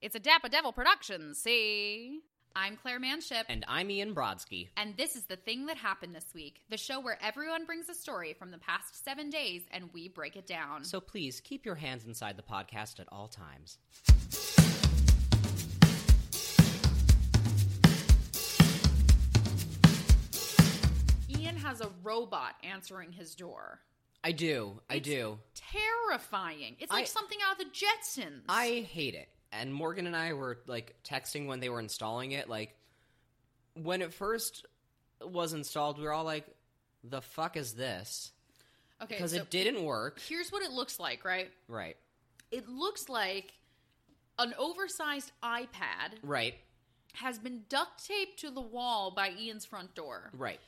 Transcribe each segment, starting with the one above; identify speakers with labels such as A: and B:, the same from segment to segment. A: It's a Dapper Devil production, see? I'm Claire Manship.
B: And I'm Ian Brodsky.
A: And this is the thing that happened this week the show where everyone brings a story from the past seven days and we break it down.
B: So please keep your hands inside the podcast at all times.
A: Ian has a robot answering his door.
B: I do. I
A: It's-
B: do.
A: Terrifying. It's like
B: I-
A: something out of the Jetsons.
B: I hate it. And Morgan and I were like texting when they were installing it. Like, when it first was installed, we were all like, the fuck is this?
A: Okay,
B: Because
A: so
B: it didn't work.
A: here's what it looks like, right?
B: Right.
A: It looks like an oversized iPad
B: Right.
A: has been duct taped to the wall by Ian's front door.
B: Right.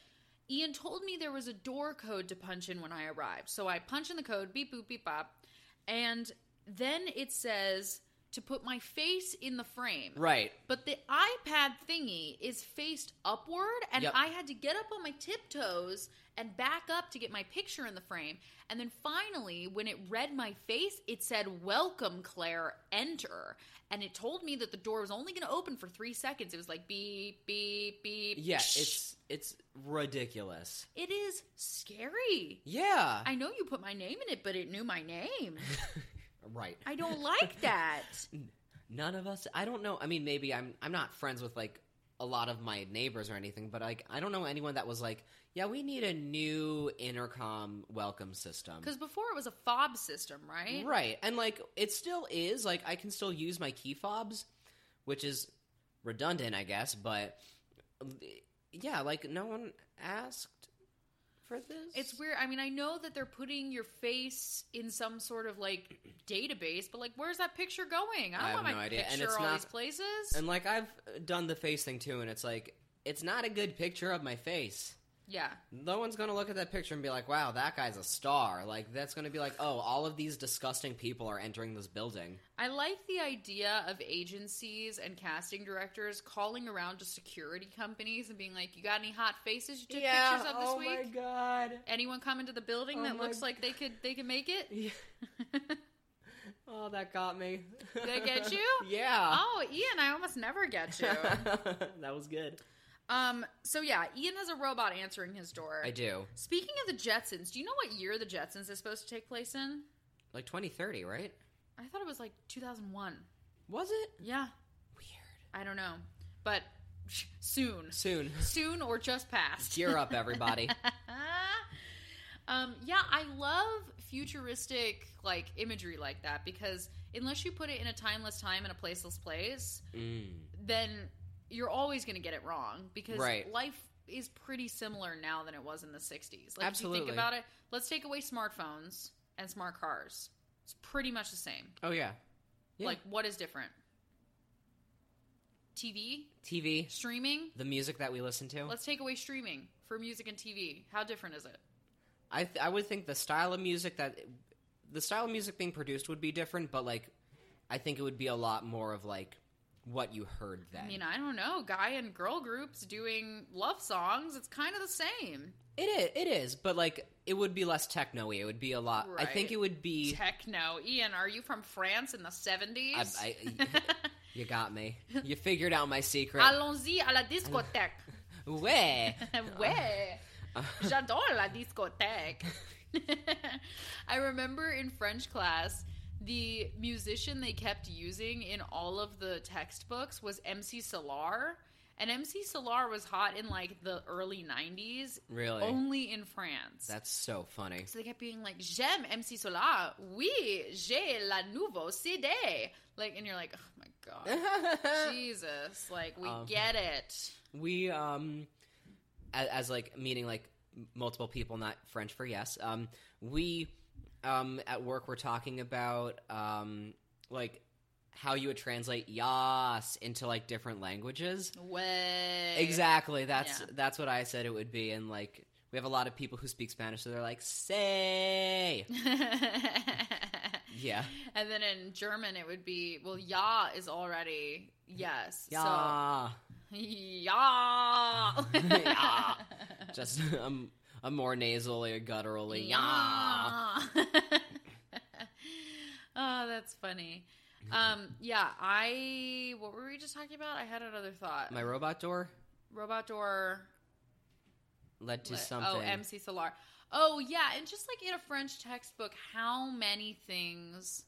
A: Ian told me there was a door code to punch in when I arrived. So I punch in the code, beep boop beep bop, and then it says to put my face in the frame.
B: Right.
A: But the iPad thingy is faced upward, and
B: Yep.
A: I had to get up on my tiptoes and back up to get my picture in the frame. And then finally, when it read my face, it said, Welcome, Claire, enter. And it told me that the door was only going to open for three seconds. It was like beep, beep, beep.
B: Yeah.
A: psh.
B: It's it's ridiculous.
A: It is scary.
B: Yeah.
A: I know you put my name in it, but it knew my name.
B: right.
A: I don't like that.
B: Mm. None of us. I don't know. I mean, maybe I'm. I'm not friends with like a lot of my neighbors or anything, but like I don't know anyone that was like, yeah, we need a new intercom welcome system.
A: Because before it was a fob system, right?
B: Right. And like it still is like I can still use my key fobs, which is redundant, I guess, but yeah, like no one asked for this.
A: It's weird. I mean, I know that they're putting your face in some sort of like database, but like, where's that picture going? I don't
B: I
A: want
B: have
A: my
B: no idea.
A: picture
B: And it's
A: all
B: not-
A: these places.
B: And like I've done the face thing too and it's like it's not a good picture of my face.
A: yeah,
B: No one's gonna look at that picture and be like, "Wow, that guy's a star." Like that's gonna be like, "Oh, all of these disgusting people are entering this building."
A: I like the idea of agencies and casting directors calling around to security companies and being like, "You got any hot faces you took pictures of this
B: oh
A: week?
B: my god.
A: Anyone come into the building
B: Oh
A: that
B: my
A: looks like they could they could make it?
B: Yeah. Oh, that got me.
A: Did I get you?
B: yeah.
A: oh, Ian, I almost never get you.
B: that was good.
A: um, so yeah, Ian has a robot answering his door.
B: I do.
A: Speaking of the Jetsons, do you know what year the Jetsons is supposed to take place in?
B: Like 2030, right?
A: I thought it was like 2001.
B: Was it?
A: Yeah,
B: Weird.
A: I don't know. But soon.
B: Soon.
A: Soon or just past.
B: Gear up, everybody.
A: um, yeah, I love futuristic like imagery like that because unless you put it in a timeless time and a placeless place,
B: Mm.
A: then you're always going to get it wrong because
B: Right.
A: life is pretty similar now than it was in the 60s. Like if you
B: Absolutely.
A: think about it, let's take away smartphones and smart cars. It's pretty much the same.
B: Oh, yeah. Yeah.
A: Like what is different? TV,
B: TV,
A: streaming.
B: the music that we listen to.
A: Let's take away streaming for music and TV. How different is it?
B: I, th- I would think the style of music that. The style of music being produced would be different, but, like, I think it would be a lot more of, like, what you heard then.
A: I mean, I don't know. Guy and girl groups doing love songs, it's kind of the same.
B: it, is, it is, but, like, it would be less techno y. It would be a lot. I think
A: Right.
B: it would be.
A: Techno. Ian, are you from France in the 70s?
B: I, I, you got me. You figured out my secret.
A: Allons-y à la discothèque.
B: Way.
A: ouais,
B: Oh.
A: j'adore la discothèque. I remember in French class, the musician they kept using in all of the textbooks was MC Solar. And MC Solar was hot in like the early 90s,
B: Really?
A: only in France.
B: That's so funny.
A: so they kept being like, J'aime MC Solar. Oui, j'ai la nouveau CD. Like, and you're like, oh my God. Jesus. Like, we
B: Um,
A: get it.
B: we um as, as like meaning like m- multiple people not French for yes. Um we um at work we're talking about um like how you would translate yas into like different languages.
A: Way.
B: Exactly. That's
A: Eh, Yeah.
B: that's what I said it would be and like we have a lot of people who speak Spanish so they're like say.
A: and
B: Yeah.
A: then in German, it would be well, ja is already yes.
B: Yeah.
A: So, ja.
B: Ja. Just um a more nasal or gutturally. Yeah.
A: oh, that's funny. Um, yeah, I. What were we just talking about? I had another thought.
B: My robot door
A: Robot door.
B: led to
A: lit-
B: something.
A: Oh, MC Solar. Oh yeah, and just like in a French textbook, how many things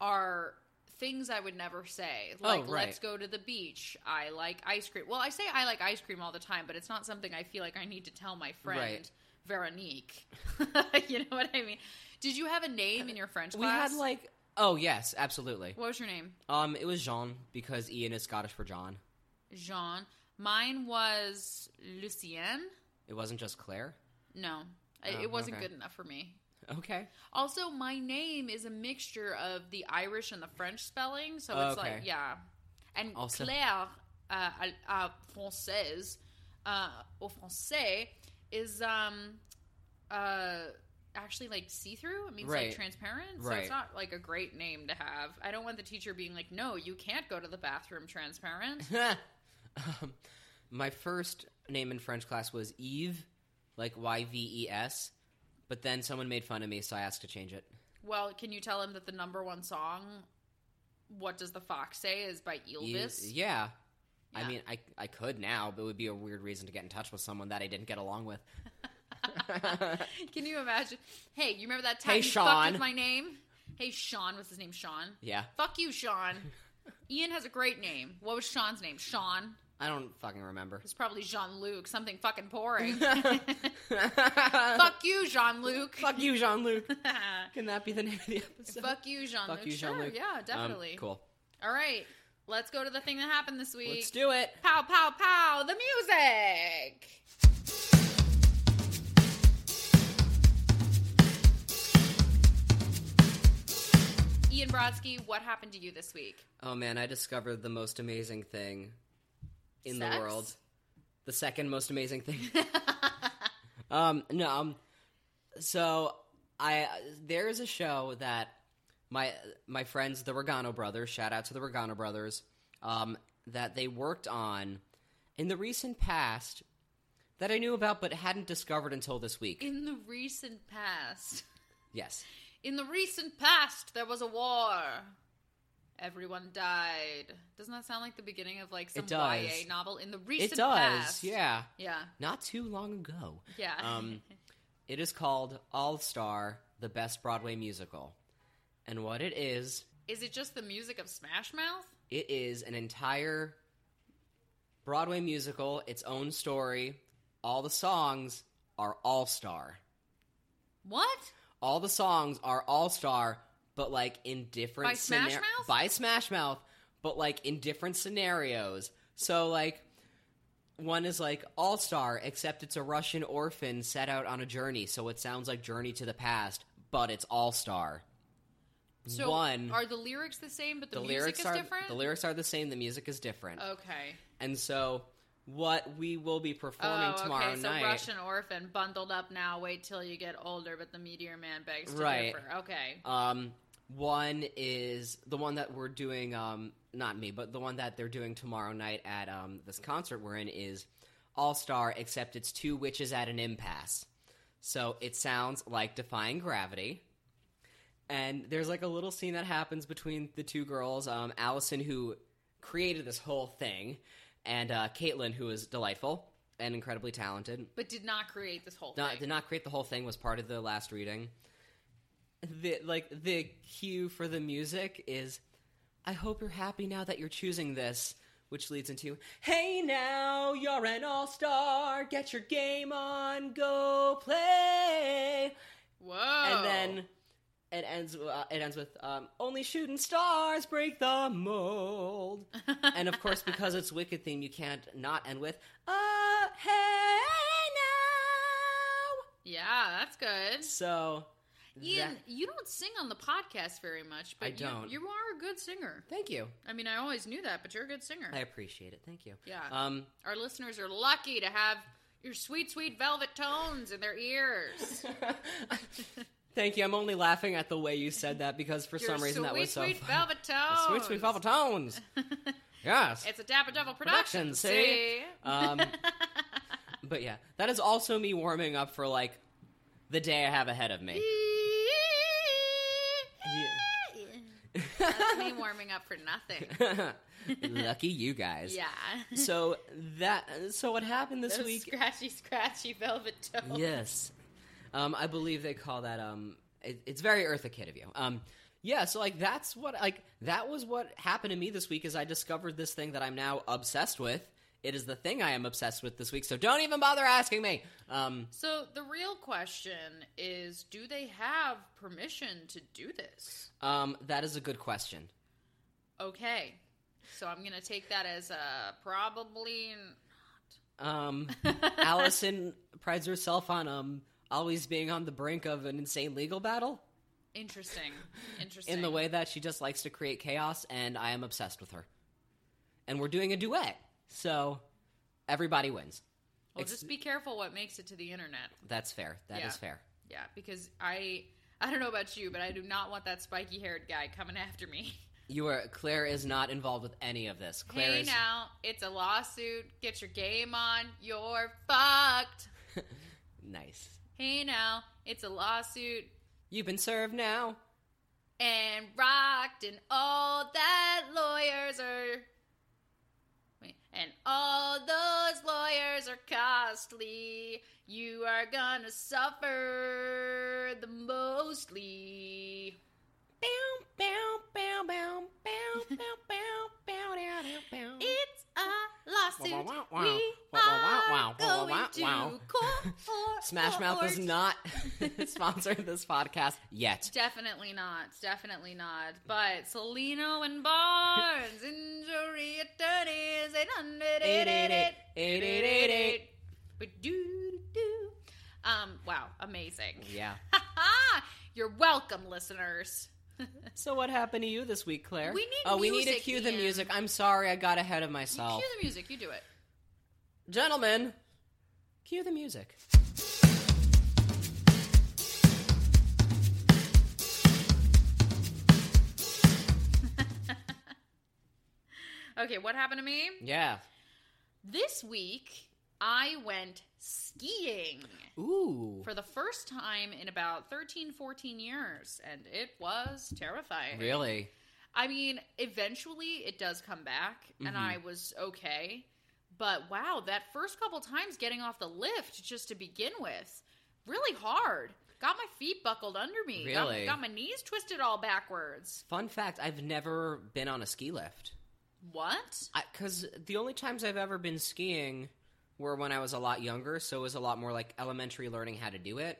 A: are things I would never say? Like,
B: Oh, right.
A: let's go to the beach. I like ice cream. Well, I say I like ice cream all the time, but it's not something I feel like I need to tell my friend
B: Right.
A: Veronique. you know what I mean? Did you have a name in your French
B: we
A: class?
B: had like oh yes, absolutely.
A: what was your name?
B: Um, it was Jean because Ian is Scottish for John.
A: Jean. Mine was Lucienne.
B: It wasn't just Claire.
A: No, I
B: Oh,
A: it wasn't
B: okay.
A: good enough for me.
B: Okay.
A: Also, my name is a mixture of the Irish and the French spelling, so it's like
B: Okay.
A: yeah. And
B: Also-
A: Claire, uh, à- à française, uh, au français, is um, uh, actually like see through. It means
B: Right.
A: like transparent, so
B: Right.
A: it's not like a great name to have. I don't want the teacher being like, "No, you can't go to the bathroom transparent."
B: um, my first name in French class was Eve, like Y V E S, but then someone made fun of me, so I asked to change it.
A: Well, can you tell him that the number one song, "What Does the Fox Say," is by Elvis?
B: Eve- yeah. I
A: Yeah.
B: mean, I I could now, but it would be a weird reason to get in touch with someone that I didn't get along with.
A: Can you imagine? Hey, you remember that time
B: Hey,
A: you fucked
B: Sean.
A: with my name? Hey, Sean. What's his name? Sean.
B: yeah,
A: Fuck you, Sean. Ian has a great name. What was Sean's name? Sean.
B: I don't fucking remember.
A: It's probably Jean Luc. Something fucking boring. Fuck you, Jean Luc.
B: Fuck you, Jean Luc. Can that be the name of the episode?
A: Fuck you, Jean Luc.
B: Fuck you,
A: sure,
B: Jean Luc.
A: yeah, definitely.
B: Um, cool.
A: All right, let's go to the thing that happened this week.
B: Let's do it.
A: Pow, pow, pow, the music. Ian Brodsky, what happened to you this week?
B: Oh man, I discovered the most amazing thing in
A: Sex?
B: the world. The second most amazing thing. um, no, um, so I there is a show that my my friends, the Regano brothers, shout out to the Regano brothers, um, that they worked on in the recent past that I knew about but hadn't discovered until this week.
A: In the recent past.
B: yes.
A: In the recent past, there was a war. Everyone died. Doesn't that sound like the beginning of like some
B: It does.
A: YA novel? In the recent
B: it does.
A: past.
B: Yeah.
A: Yeah.
B: Not too long ago.
A: Yeah.
B: Um, It is called All Star, the best Broadway musical. And what it is,
A: Is it just the music of Smash Mouth?
B: it is an entire Broadway musical, its own story. All the songs are All Star.
A: What?
B: All the songs are All Star, but like in different
A: By Smash
B: scenar-
A: Mouth?
B: By Smash Mouth, but like in different scenarios. So like one is like All Star, except it's a Russian orphan set out on a journey, so it sounds like Journey to the Past, but it's All Star.
A: So
B: one
A: are the lyrics the same, but the,
B: the
A: music
B: lyrics
A: is
B: are
A: different? Oh.
B: the lyrics are the same. The music is different,
A: Okay.
B: and so what we will be performing
A: Oh,
B: tomorrow
A: okay. So
B: night.
A: Russian orphan bundled up now. Wait till you get older, but the meteor man begs to
B: Right.
A: differ. Okay.
B: Um, one is the one that we're doing. Um, not me, but the one that they're doing tomorrow night at um, this concert we're in is All Star, except it's two witches at an impasse. So it sounds like Defying Gravity. And there's like a little scene that happens between the two girls, um, Allison, who created this whole thing, and uh, Caitlin, who is delightful and incredibly talented
A: But did not create this whole
B: not,
A: thing.
B: did not create the whole thing was part of the last reading the like the cue for the music is i hope you're happy now that you're choosing this which leads into hey now you're an all-star get your game on go play
A: Whoa.
B: and then it ends uh, it ends with um, only shooting stars break the mold and of course because it's wicked theme you can't not end with uh hey now
A: Yeah, that's good.
B: so,
A: Ian,
B: that-
A: you don't sing on the podcast very much, but
B: I
A: you,
B: don't.
A: you are a good singer.
B: thank you.
A: I mean, I always knew that, but you're a good singer.
B: I appreciate it. Thank you.
A: yeah.
B: Um,
A: Our listeners are lucky to have your sweet, sweet velvet tones in their ears.
B: thank you. I'm only laughing at the way you said that because for
A: Your
B: some reason
A: sweet,
B: that was so
A: sweet
B: funny.
A: velvet tones.
B: Sweet sweet velvet tones. yes.
A: It's a Dapper Devil production.
B: Production, see?
A: See,
B: Um, but yeah, that is also me warming up for like the day I have ahead of me. Yeah.
A: That's me warming up for nothing.
B: Lucky you guys.
A: Yeah.
B: So that so what happened this
A: Those
B: week?
A: scratchy, scratchy velvet toes.
B: yes. Um, I believe they call that. Um, it, it's very Eartha Kid of you. Um, yeah. So like that's what like that was what happened to me this week is I discovered this thing that I'm now obsessed with. It is the thing I am obsessed with this week. So don't even bother asking me. Um,
A: So the real question is, do they have permission to do this?
B: um, that is a good question.
A: Okay. So I'm gonna take that as a probably.
B: Um,
A: n-
B: Allison prides herself on um always being on the brink of an insane legal battle
A: Interesting. Interesting.
B: in the way that she just likes to create chaos, and I am obsessed with her. And we're doing a duet, so everybody wins.
A: Well,
B: Ex-
A: just be careful what makes it to the internet.
B: That's fair. That is
A: Yeah.
B: fair.
A: Yeah, because I I don't know about you, but I do not want that spiky haired guy coming after me.
B: You are Claire is not involved with any of this. Claire
A: hey
B: is
A: now, it's a lawsuit. Get your game on. You're fucked.
B: nice.
A: Hey now, it's a lawsuit.
B: You've been served now.
A: And rocked and all that lawyers are Wait, and all those lawyers are costly. You are gonna suffer the mostly.
B: Bow, bow, bow, bow, bow, bow, bow, bow, down, down, bow.
A: It's a lawsuit.
B: Wah, wah, wah, wah.
A: We
B: Wah, wah, wah,
A: are
B: wah, wah,
A: going
B: wah, wah.
A: to court.
B: Smash Mouth is not sponsoring this podcast yet.
A: Definitely not. Definitely not. But Salino and Barnes, injury attorneys, eight hundred eight eight eight eight eight eight eight. But do do. Um. Wow. Amazing.
B: Yeah.
A: You're welcome, listeners.
B: So what happened to you this week, Claire?
A: We need
B: oh, we need to
A: music,
B: cue the
A: Ian.
B: music. I'm sorry, I got ahead of
A: You
B: myself.
A: cue the music. You do it.
B: Gentlemen, cue the music.
A: Okay. What happened to me
B: Yeah.
A: this week? I went skiing.
B: Ooh.
A: for the first time in about 13 14 years and it was terrifying
B: Really?
A: i mean eventually it does come back
B: Mhm.
A: and i was okay but wow that first couple times getting off the lift just to begin with really hard got my feet buckled under me got-
B: Really?
A: got, my knees twisted all backwards
B: Fun fact, I've never been on a ski lift.
A: what
B: Because the only times I've ever been skiing were when I was a lot younger, so it was a lot more like elementary learning how to do it.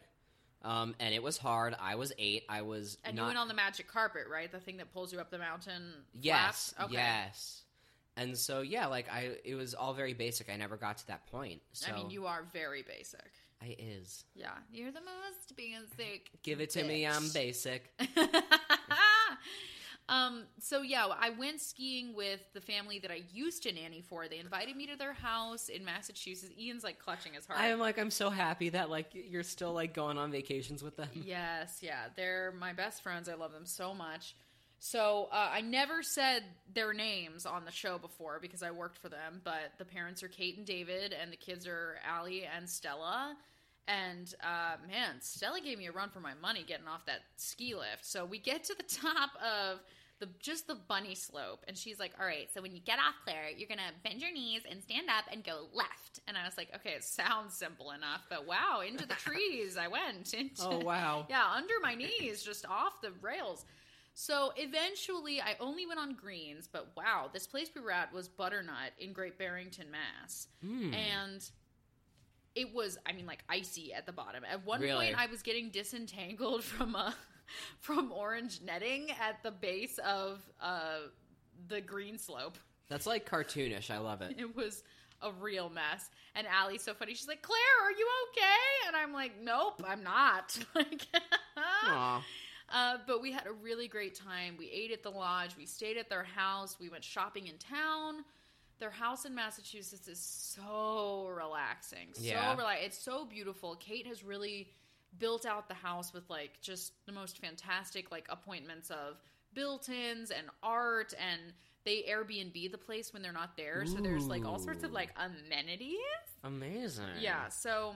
B: Um, and it was hard. I was eight. I was
A: and
B: not.
A: you went on the magic carpet right the thing that pulls you up the mountain
B: yes,
A: flaps?
B: yes. And so yeah, like I, it was all very basic. I never got to that point. So
A: i mean you are very basic
B: I is
A: yeah you're the most basic
B: give it to me. I'm
A: bitch.
B: basic.
A: um, so yeah, I went skiing with the family that I used to nanny for. They invited me to their house in Massachusetts. Ian's like clutching his heart.
B: I am like I'm so happy that like you're still like going on vacations with them.
A: yes, yeah, they're my best friends. I love them so much. So uh, I never said their names on the show before because I worked for them. But the parents are Kate and David, and the kids are Allie and Stella. And uh, man, Stella gave me a run for my money getting off that ski lift. So we get to the top of the just the bunny slope, and she's like, "All right, so when you get off, Claire, you're gonna bend your knees and stand up and go left." And I was like, "Okay, it sounds simple enough, but wow, into the trees I went." Into,
B: Oh wow.
A: yeah, under my knees, just off the rails. So eventually, I only went on greens, but wow, this place we were at was Butternut in Great Barrington, Mass.
B: Hmm.
A: And it was, I mean, like icy at the bottom. At one
B: Really?
A: point, I was getting disentangled from a. From orange netting at the base of uh, the green slope.
B: That's like cartoonish. I love it.
A: It was a real mess. And Allie's so funny. She's like, Claire, are you okay? And I'm like, nope, I'm not. Like,
B: Aw.
A: Uh, but we had a really great time. We ate at the lodge. We stayed at their house. We went shopping in town. Their house in Massachusetts is so relaxing. So
B: Yeah.
A: rela- It's so beautiful. Kate has really built out the house with like just the most fantastic like appointments of built-ins and art and they Airbnb the place when they're not there. So there's like all sorts of
B: Ooh.
A: like amenities.
B: Amazing.
A: Yeah. So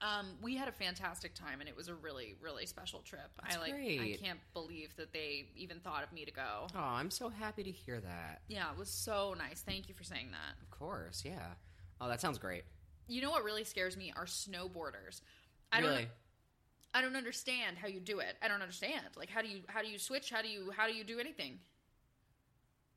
A: Um, we had a fantastic time, and it was a really, really special trip.
B: That's
A: I like, I
B: great.
A: can't believe that they even thought of me to go.
B: Oh, I'm so happy to hear that.
A: Yeah, it was so nice. Thank you for saying that.
B: Of course, yeah. Oh, that sounds great.
A: You know what really scares me are snowboarders. I
B: really?
A: don't I don't understand how you do it. I don't understand. Like how do you how do you switch? How do you how do you do anything?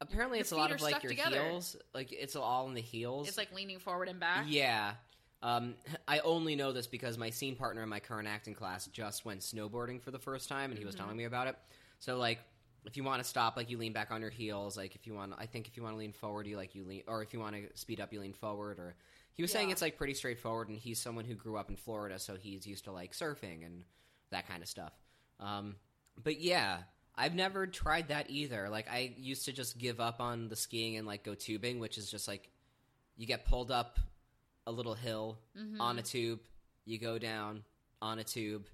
B: Apparently,
A: your
B: it's a lot
A: feet
B: of
A: are
B: like
A: stuck
B: your
A: together.
B: heels. Like it's all in the heels.
A: It's like leaning forward and back.
B: yeah. Um, I only know this because my scene partner in my current acting class just went snowboarding for the first time, and he
A: Mm-hmm.
B: was telling me about it. So like, if you want to stop, like you lean back on your heels. Like if you want, I think if you want to lean forward, you like you lean, or if you want to speed up, you lean forward. Or he was saying
A: Yeah.
B: it's like pretty straightforward, and he's someone who grew up in Florida, so he's used to like surfing and that kind of stuff. Um, but yeah, I've never tried that either. Like I used to just give up on the skiing and like go tubing, which is just like you get pulled up a little hill
A: Mhm.
B: on a tube, you go down on a tube,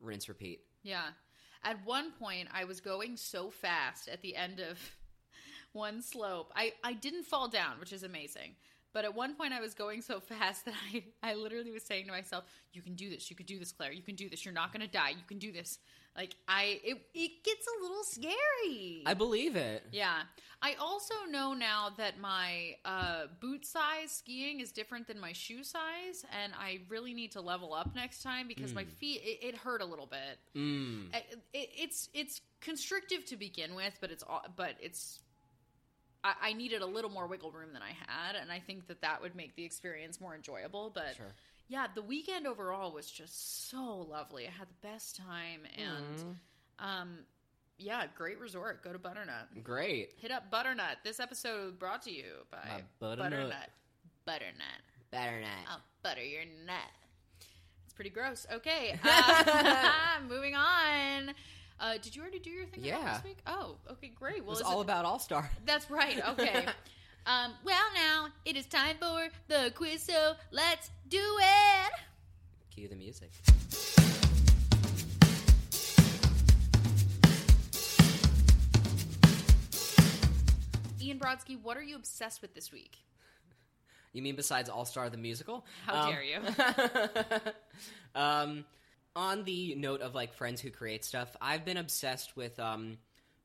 B: rinse repeat.
A: Yeah. At one point, I was going so fast at the end of one slope. I, I didn't fall down, which is amazing. But at one point, I was going so fast that I, I literally was saying to myself, You can do this. You can do this, Claire. You can do this. You're not going to die. You can do this. Like, I, it, it gets a little scary.
B: I believe it.
A: yeah. I also know now that my uh, boot size skiing is different than my shoe size. And I really need to level up next time because my feet, it, it hurt a little bit.
B: Mm.
A: I- it, it's it's constrictive to begin with, but it's all but it's. I, I needed a little more wiggle room than I had, and I think that that would make the experience more enjoyable. But
B: Sure.
A: yeah, the weekend overall was just so lovely. I had the best time, and
B: Mm-hmm.
A: um, yeah, great resort. Go to Butternut.
B: Mm. great.
A: Hit up Butternut. This episode brought to you by
B: My butternut.
A: Butternut. Um, Butternut.
B: Better not.
A: I'll butter your nut. It's pretty gross. Okay, uh, moving on. Uh, did you already do your thing about
B: Yeah.
A: this week? Oh, okay, great.
B: It
A: Well,
B: was
A: is
B: all
A: it-
B: about All Star.
A: that's right. Okay. um, well, now it is time for the quiz, so let's do it.
B: Cue the music.
A: Ian Brodsky, what are you obsessed with this week?
B: You mean besides All Star the musical?
A: How dare you.
B: um, on the note of like friends who create stuff, I've been obsessed with um,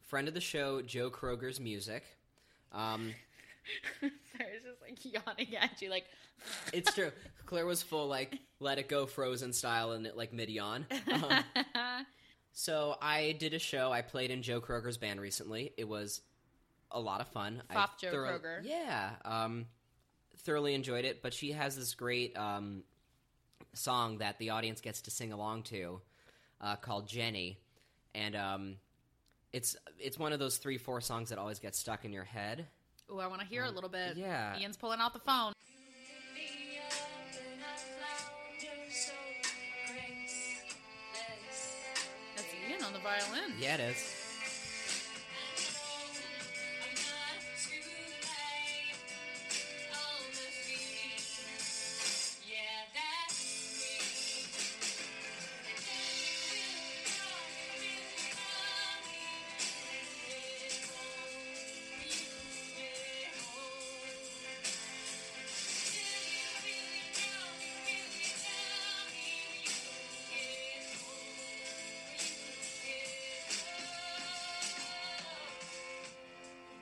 B: friend of the show Joe Kroger's music. Um,
A: Sarah's just like yawning at you, like
B: it's true. Claire was full like let it go Frozen style and it like mid yawn. Um, so I did a show. I played in Joe Kroger's band recently. It was a lot of fun. I
A: Fop Joe
B: thorough-
A: Kroger.
B: Yeah, um, thoroughly enjoyed it. But she has this great um, song that the audience gets to sing along to uh, called Jenny, and um, it's it's one of those three four songs that always gets stuck in your head.
A: "Oh, I want to hear a little bit."
B: yeah.
A: Ian's pulling out the phone. That's Ian on the violin.
B: Yeah, it is.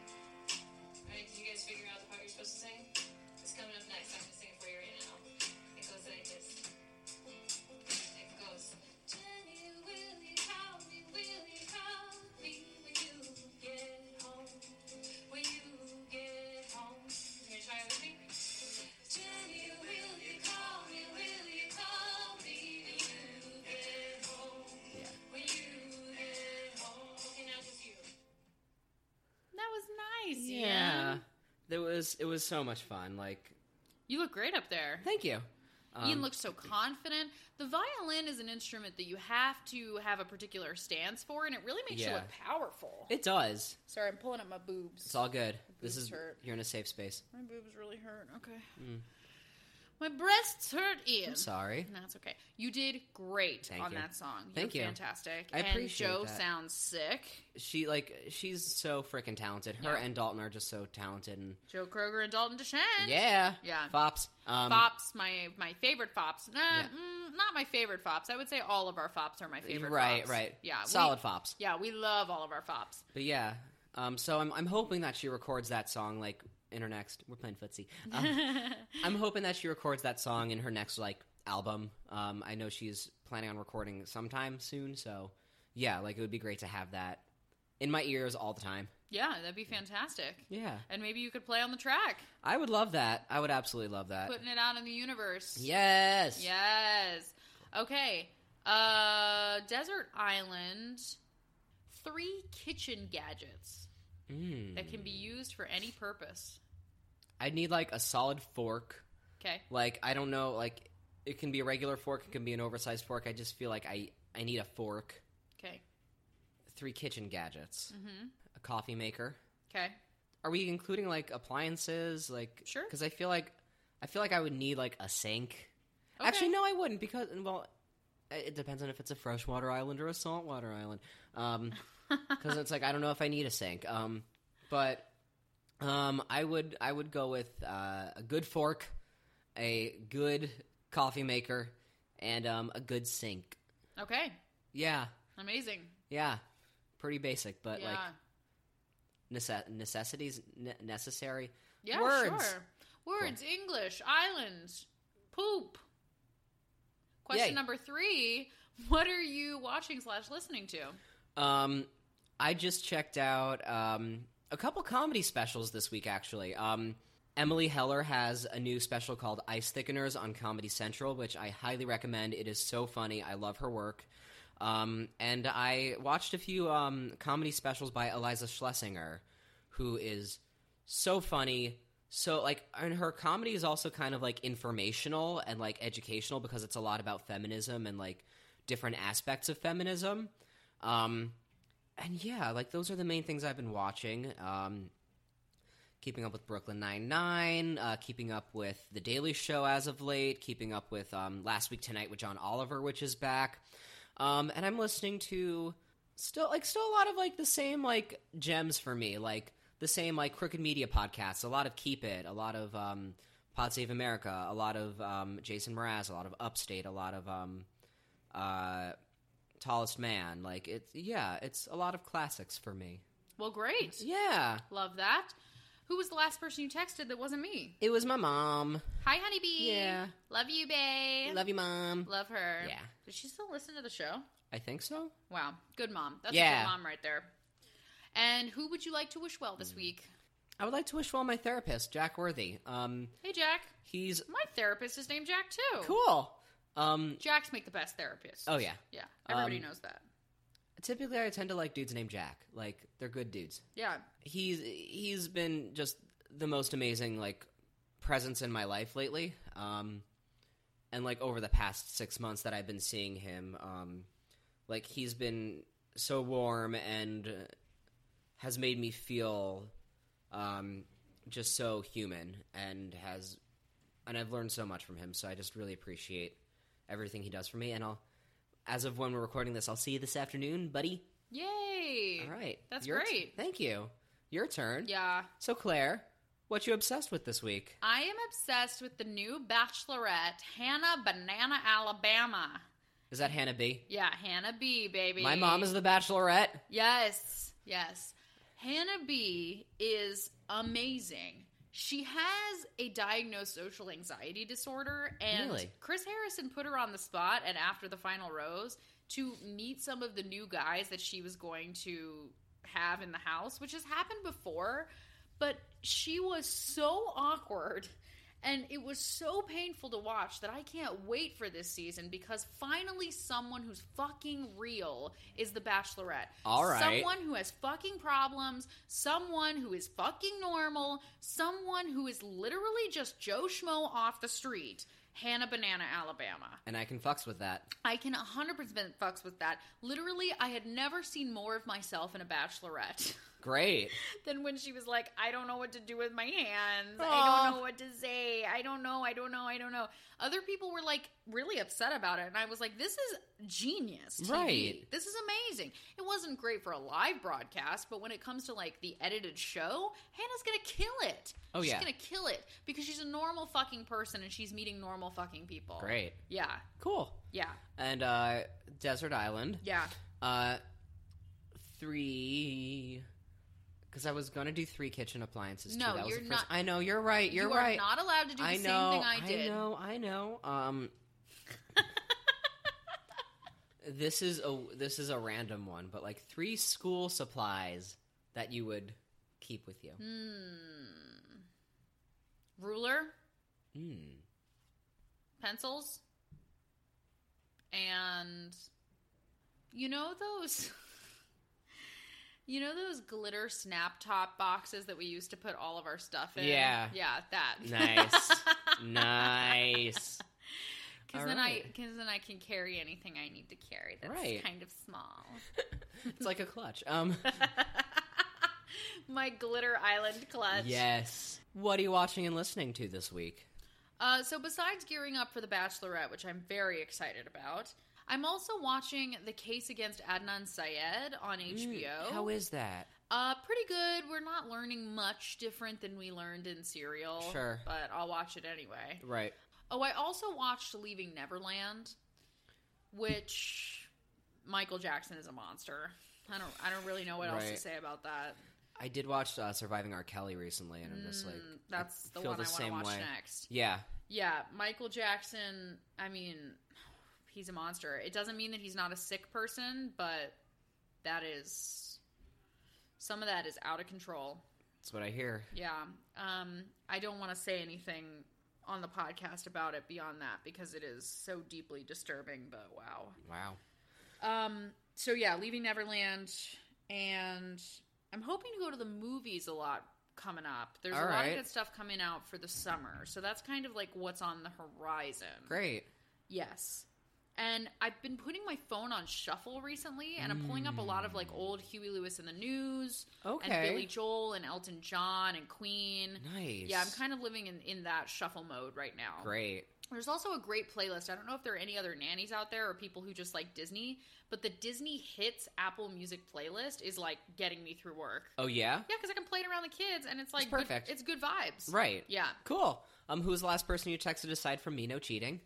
C: Alright, did you guys figure out the part you're supposed to sing? It's coming up next. I'm gonna sing it for you right now. It goes like this. It goes. Jenny, will you help me? Will you help me? Will you get home? Will you get home? You gonna try it with me? Jenny, will you call me? Will you call me? Will you get home?
B: Yeah.
C: Will you get home? Okay, now just you.
A: That was nice. Ian.
B: Yeah, there was it was so much fun. Like,
A: You look great up there.
B: thank you. Um,
A: Ian looks so confident. The violin is an instrument that you have to have a particular stance for, and it really makes you
B: Yeah.
A: look powerful.
B: It does.
A: Sorry, I'm pulling up my boobs.
B: It's all good. This
A: Boobs
B: is
A: hurt.
B: you're in a safe space.
A: my boobs really hurt. Okay. My breasts hurt, Ian.
B: Mm. I'm sorry.
A: That's okay. You did great
B: Thank
A: on
B: you.
A: that song. You're
B: Thank you.
A: Fantastic.
B: I
A: and
B: appreciate
A: Joe
B: that.
A: sounds sick.
B: She like she's so freaking talented. Her
A: Yeah.
B: and Dalton are just so talented. And
A: Joe Kroger and Dalton Deschamps.
B: yeah,
A: Yeah.
B: Fops. Um,
A: Fops, my my favorite Fops. Nah,
B: Yeah.
A: mm, not my favorite Fops. I would say all of our Fops are my favorite.
B: Right,
A: fops.
B: right.
A: Yeah, we-
B: solid Fops.
A: yeah, we love all of our Fops.
B: But yeah, um, so I'm I'm hoping that she records that song like in her next. We're playing footsie. Um, I'm hoping that she records that song in her next like album. Um, I know she's planning on recording sometime soon. So yeah, like it would be great to have that in my ears all the time.
A: yeah, that'd be fantastic.
B: Yeah,
A: And maybe you could play on the track,
B: I would love that. I would absolutely love that.
A: putting it out in the universe.
B: Uh, yes.
A: Yes. Okay. Uh, Desert Island. Three kitchen gadgets
B: Mm.
A: that can be used for any purpose.
B: I need like a solid fork.
A: Okay.
B: Like I don't know, like it can be a regular fork, it can be an oversized fork. I just feel like I I need a fork.
A: Okay.
B: Three kitchen gadgets,
A: Mm-hmm.
B: a coffee maker.
A: Okay.
B: Are we including like appliances? Like
A: Sure.
B: Because I feel like I feel like I would need like a sink.
A: Okay.
B: Actually, no, I wouldn't because well, i- it depends on if it's a freshwater island or a saltwater island. Um, because it's like I don't know if I need a sink. Um, but um, I would I would go with uh, a good fork, a good coffee maker, and um, a good sink.
A: Okay.
B: Yeah,
A: Amazing.
B: yeah, pretty basic, but
A: yeah.
B: like nece- necessities ne- necessary.
A: yeah.
B: words.
A: Sure. Words. English. Islands. Poop. Question
B: Yay.
A: number three. What are you watching slash listening to?
B: Um, I just checked out um, a couple comedy specials this week, actually. Um, Emily Heller has a new special called Ice Thickeners on Comedy Central, which I highly recommend. It is so funny. I love her work. Um, and I watched a few um, comedy specials by Eliza Schlesinger, who is so funny. So like, and her comedy is also kind of like informational and like educational because it's a lot about feminism and like different aspects of feminism. Um, and yeah, like those are the main things I've been watching. Um, keeping up with Brooklyn Nine Nine, uh, keeping up with The Daily Show as of late, keeping up with um, Last Week Tonight with John Oliver, which is back. Um, and I'm listening to still like still a lot of like the same like gems for me, like the same like Crooked Media podcasts. A lot of Keep It, a lot of um, Pod Save America, a lot of um, Jason Mraz, a lot of Upstate, a lot of um, uh, Tallest Man. Like it's yeah, it's a lot of classics for me.
A: Well, great.
B: Yeah,
A: Love that. Who was the last person you texted that wasn't me?
B: it was my mom.
A: Hi, honeybee.
B: Yeah.
A: Love you, babe.
B: Love you, mom.
A: Love her.
B: Yeah.
A: Does she still listen to the show?
B: I think so.
A: Wow. Good mom. That's a
B: Yeah.
A: good mom right there. And who would you like to wish well
B: Mm.
A: this week?
B: I would like to wish well my therapist, Jack Worthy. Um,
A: Hey, Jack.
B: he's
A: My therapist is named Jack, too.
B: cool. Um,
A: Jacks make the best therapists.
B: oh yeah.
A: Yeah. Everybody
B: Um,
A: knows that.
B: Typically, I tend to like dudes named Jack. Like they're good dudes.
A: Yeah.
B: He's he's been just the most amazing like presence in my life lately. Um, and like over the past six months that I've been seeing him, um, like he's been so warm and uh, has made me feel um, just so human and has and I've learned so much from him. So I just really appreciate everything he does for me. And I'll as of when we're recording this, I'll see you this afternoon, buddy.
A: Yay.
B: All right,
A: That's
B: Your t-
A: great.
B: thank you. Your turn.
A: Yeah.
B: So Claire, what you obsessed with this week?
A: I am obsessed with the new bachelorette, Hannah Banana Alabama.
B: Is that Hannah B?
A: Yeah, Hannah B, baby.
B: My mom is the Bachelorette.
A: Yes, yes. Hannah B is amazing. She has a diagnosed social anxiety disorder, and
B: Really?
A: Chris Harrison put her on the spot. And after the final rose, to meet some of the new guys that she was going to have in the house, which has happened before, but she was so awkward. And it was so painful to watch that I can't wait for this season because finally someone who's fucking real is the Bachelorette.
B: All right.
A: Someone who has fucking problems, someone who is fucking normal, someone who is literally just Joe Schmo off the street. Hannah Banana, Alabama.
B: And I can fucks with that.
A: I can 100% fucks with that. Literally, I had never seen more of myself in a bachelorette.
B: Great.
A: than when she was like, I don't know what to do with my hands.
B: Aw.
A: I don't know what to say. I don't know. I don't know. I don't know. Other people were like really upset about it. And I was like, this is genius. TV.
B: Right.
A: This is amazing. It wasn't great for a live broadcast, but when it comes to like the edited show, Hannah's going to kill it.
B: Oh,
A: she's
B: yeah.
A: going to kill it because she's a normal fucking person and she's meeting normal fucking people.
B: Great.
A: Yeah.
B: Cool.
A: Yeah.
B: And uh, Desert Island.
A: Yeah.
B: Uh, three. Because I was gonna do three kitchen appliances. too.
A: No,
B: That was
A: you're
B: the first-
A: not-
B: I know you're right. You're
A: you
B: right.
A: are not allowed to do the
B: I
A: same
B: know.
A: thing I did.
B: know. I know. Um. this is a this is a random one, but like three school supplies that you would keep with you.
A: Hmm. Ruler,
B: Mm.
A: pencils, and you know those. You know those glitter snap top boxes that we used to put all of our stuff in?
B: Yeah.
A: Yeah, that.
B: Nice. nice.
A: Because
B: All
A: then I
B: right.
A: because then I can carry anything I need to carry that's
B: Right.
A: kind of small.
B: It's like a clutch. Um.
A: My glitter island clutch.
B: Yes. What are you watching and listening to this week?
A: Uh, so besides gearing up for The Bachelorette, which I'm very excited about, I'm also watching The Case Against Adnan Syed on HBO.
B: Mm, How is that?
A: uh, pretty good. We're not learning much different than we learned in Serial.
B: Sure.
A: But I'll watch it anyway.
B: Right.
A: Oh, I also watched Leaving Neverland, which Michael Jackson is a monster. I don't I don't really know what else to
B: Right.
A: say about that.
B: I did watch uh, Surviving R. Kelly recently, and I'm just like,
A: Mm, that's
B: I
A: the
B: feel
A: one
B: the
A: I want to
B: same
A: watch
B: way.
A: next.
B: yeah,
A: Yeah, Michael Jackson, I mean, he's a monster. It doesn't mean that he's not a sick person, but that is some of that is out of control.
B: that's what I hear.
A: Yeah. Um I don't want to say anything on the podcast about it beyond that because it is so deeply disturbing, but wow.
B: Wow.
A: Um so yeah, leaving Neverland and I'm hoping to go to the movies a lot coming up. There's
B: All
A: a lot
B: right.
A: of good stuff coming out for the summer. So that's kind of like what's on the horizon.
B: Great.
A: Yes. And I've been putting my phone on shuffle recently, and I'm pulling up a lot of like old Huey Lewis in the News, and
B: Mm. Okay.
A: Billy Joel, and Elton John, and Queen.
B: nice.
A: Yeah, I'm kind of living in, in that shuffle mode right now.
B: Great.
A: There's also a great playlist. I don't know if there are any other nannies out there or people who just like Disney, but the Disney Hits Apple Music playlist is like getting me through work.
B: Oh yeah.
A: Yeah, because I can play it around the kids, and it's like good-
B: perfect.
A: it's good vibes.
B: Right.
A: Yeah,
B: Cool. Um, who was the last person you texted aside from me? No cheating.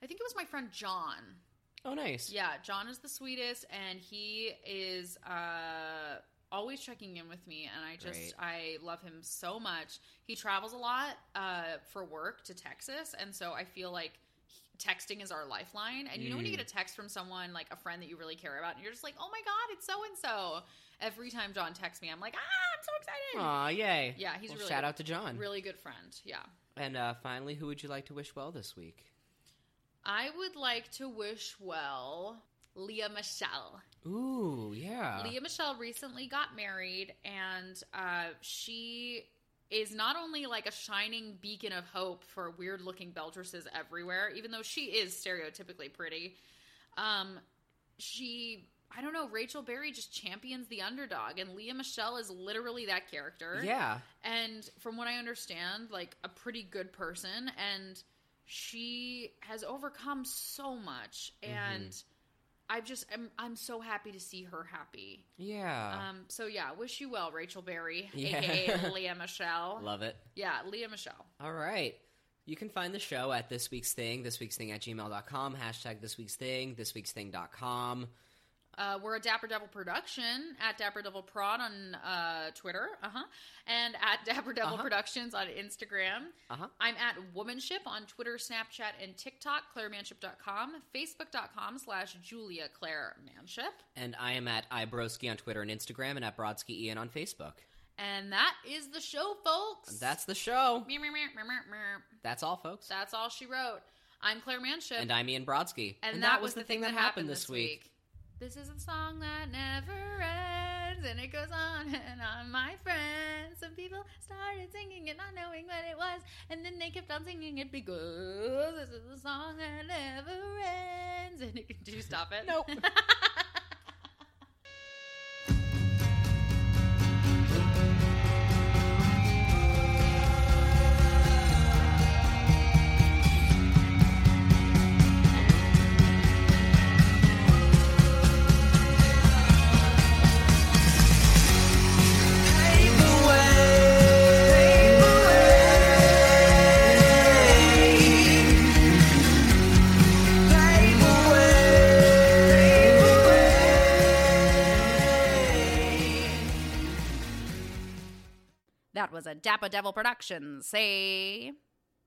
A: I think it was my friend John.
B: Oh, nice.
A: Yeah, John is the sweetest, and he is uh, always checking in with me, and I just
B: Great.
A: I love him so much. He travels a lot uh, for work to Texas, and so I feel like he- texting is our lifeline. And you know when you
B: Mm.
A: get a text from someone like a friend that you really care about, and you're just like, oh my god, it's so and so. Every time John texts me, I'm like, ah, I'm so excited.
B: Aw, yay.
A: Yeah, he's a
B: Well,
A: really
B: shout
A: good-
B: out to John.
A: Really good friend. Yeah.
B: And uh, finally, who would you like to wish well this week?
A: I would like to wish well Leah Michelle.
B: Ooh, yeah.
A: Leah Michelle recently got married, and uh, she is not only like a shining beacon of hope for weird looking Beltresses everywhere, even though she is stereotypically pretty. Um, she, I don't know, Rachel Berry just champions the underdog, and Leah Michelle is literally that character
B: Yeah.
A: and from what I understand, like a pretty good person, and she has overcome so much, and I just am I'm so happy to see her happy.
B: Yeah.
A: Um, so yeah, wish you well, Rachel Berry,
B: Yeah.
A: aka Leah Michelle.
B: Love it.
A: yeah, Leah Michelle.
B: All right. You can find the show at this week's thing, this week's thing at gmail.com, hashtag this week's thing, this week's thing.com.
A: Uh, we're a Dapper Devil production at Dapper Devil Prod on uh, Twitter, uh huh, and at Dapper Devil
B: Uh-huh.
A: Productions on Instagram.
B: Uh-huh.
A: I'm at Womanship on Twitter, Snapchat, and TikTok. ClaireManship.com, Facebook.com slash Julia Claire Manship,
B: And I am at Ibroski on Twitter and Instagram and at Brodsky Ian on Facebook.
A: and that is the show, folks.
B: That's the show.
A: Meow, meow, meow, meow, meow, meow.
B: That's all, folks.
A: that's all she wrote. I'm Claire Manship,
B: And I'm Ian Brodsky.
A: And that, was the thing that happened this week. This is a song that never ends, and it goes on and on. My friends, some people started singing it, not knowing what it was, and then they kept on singing it because this is a song that never ends. And it, did you stop it?
B: Nope.
A: Nope. Dappa Devil Productions. Say.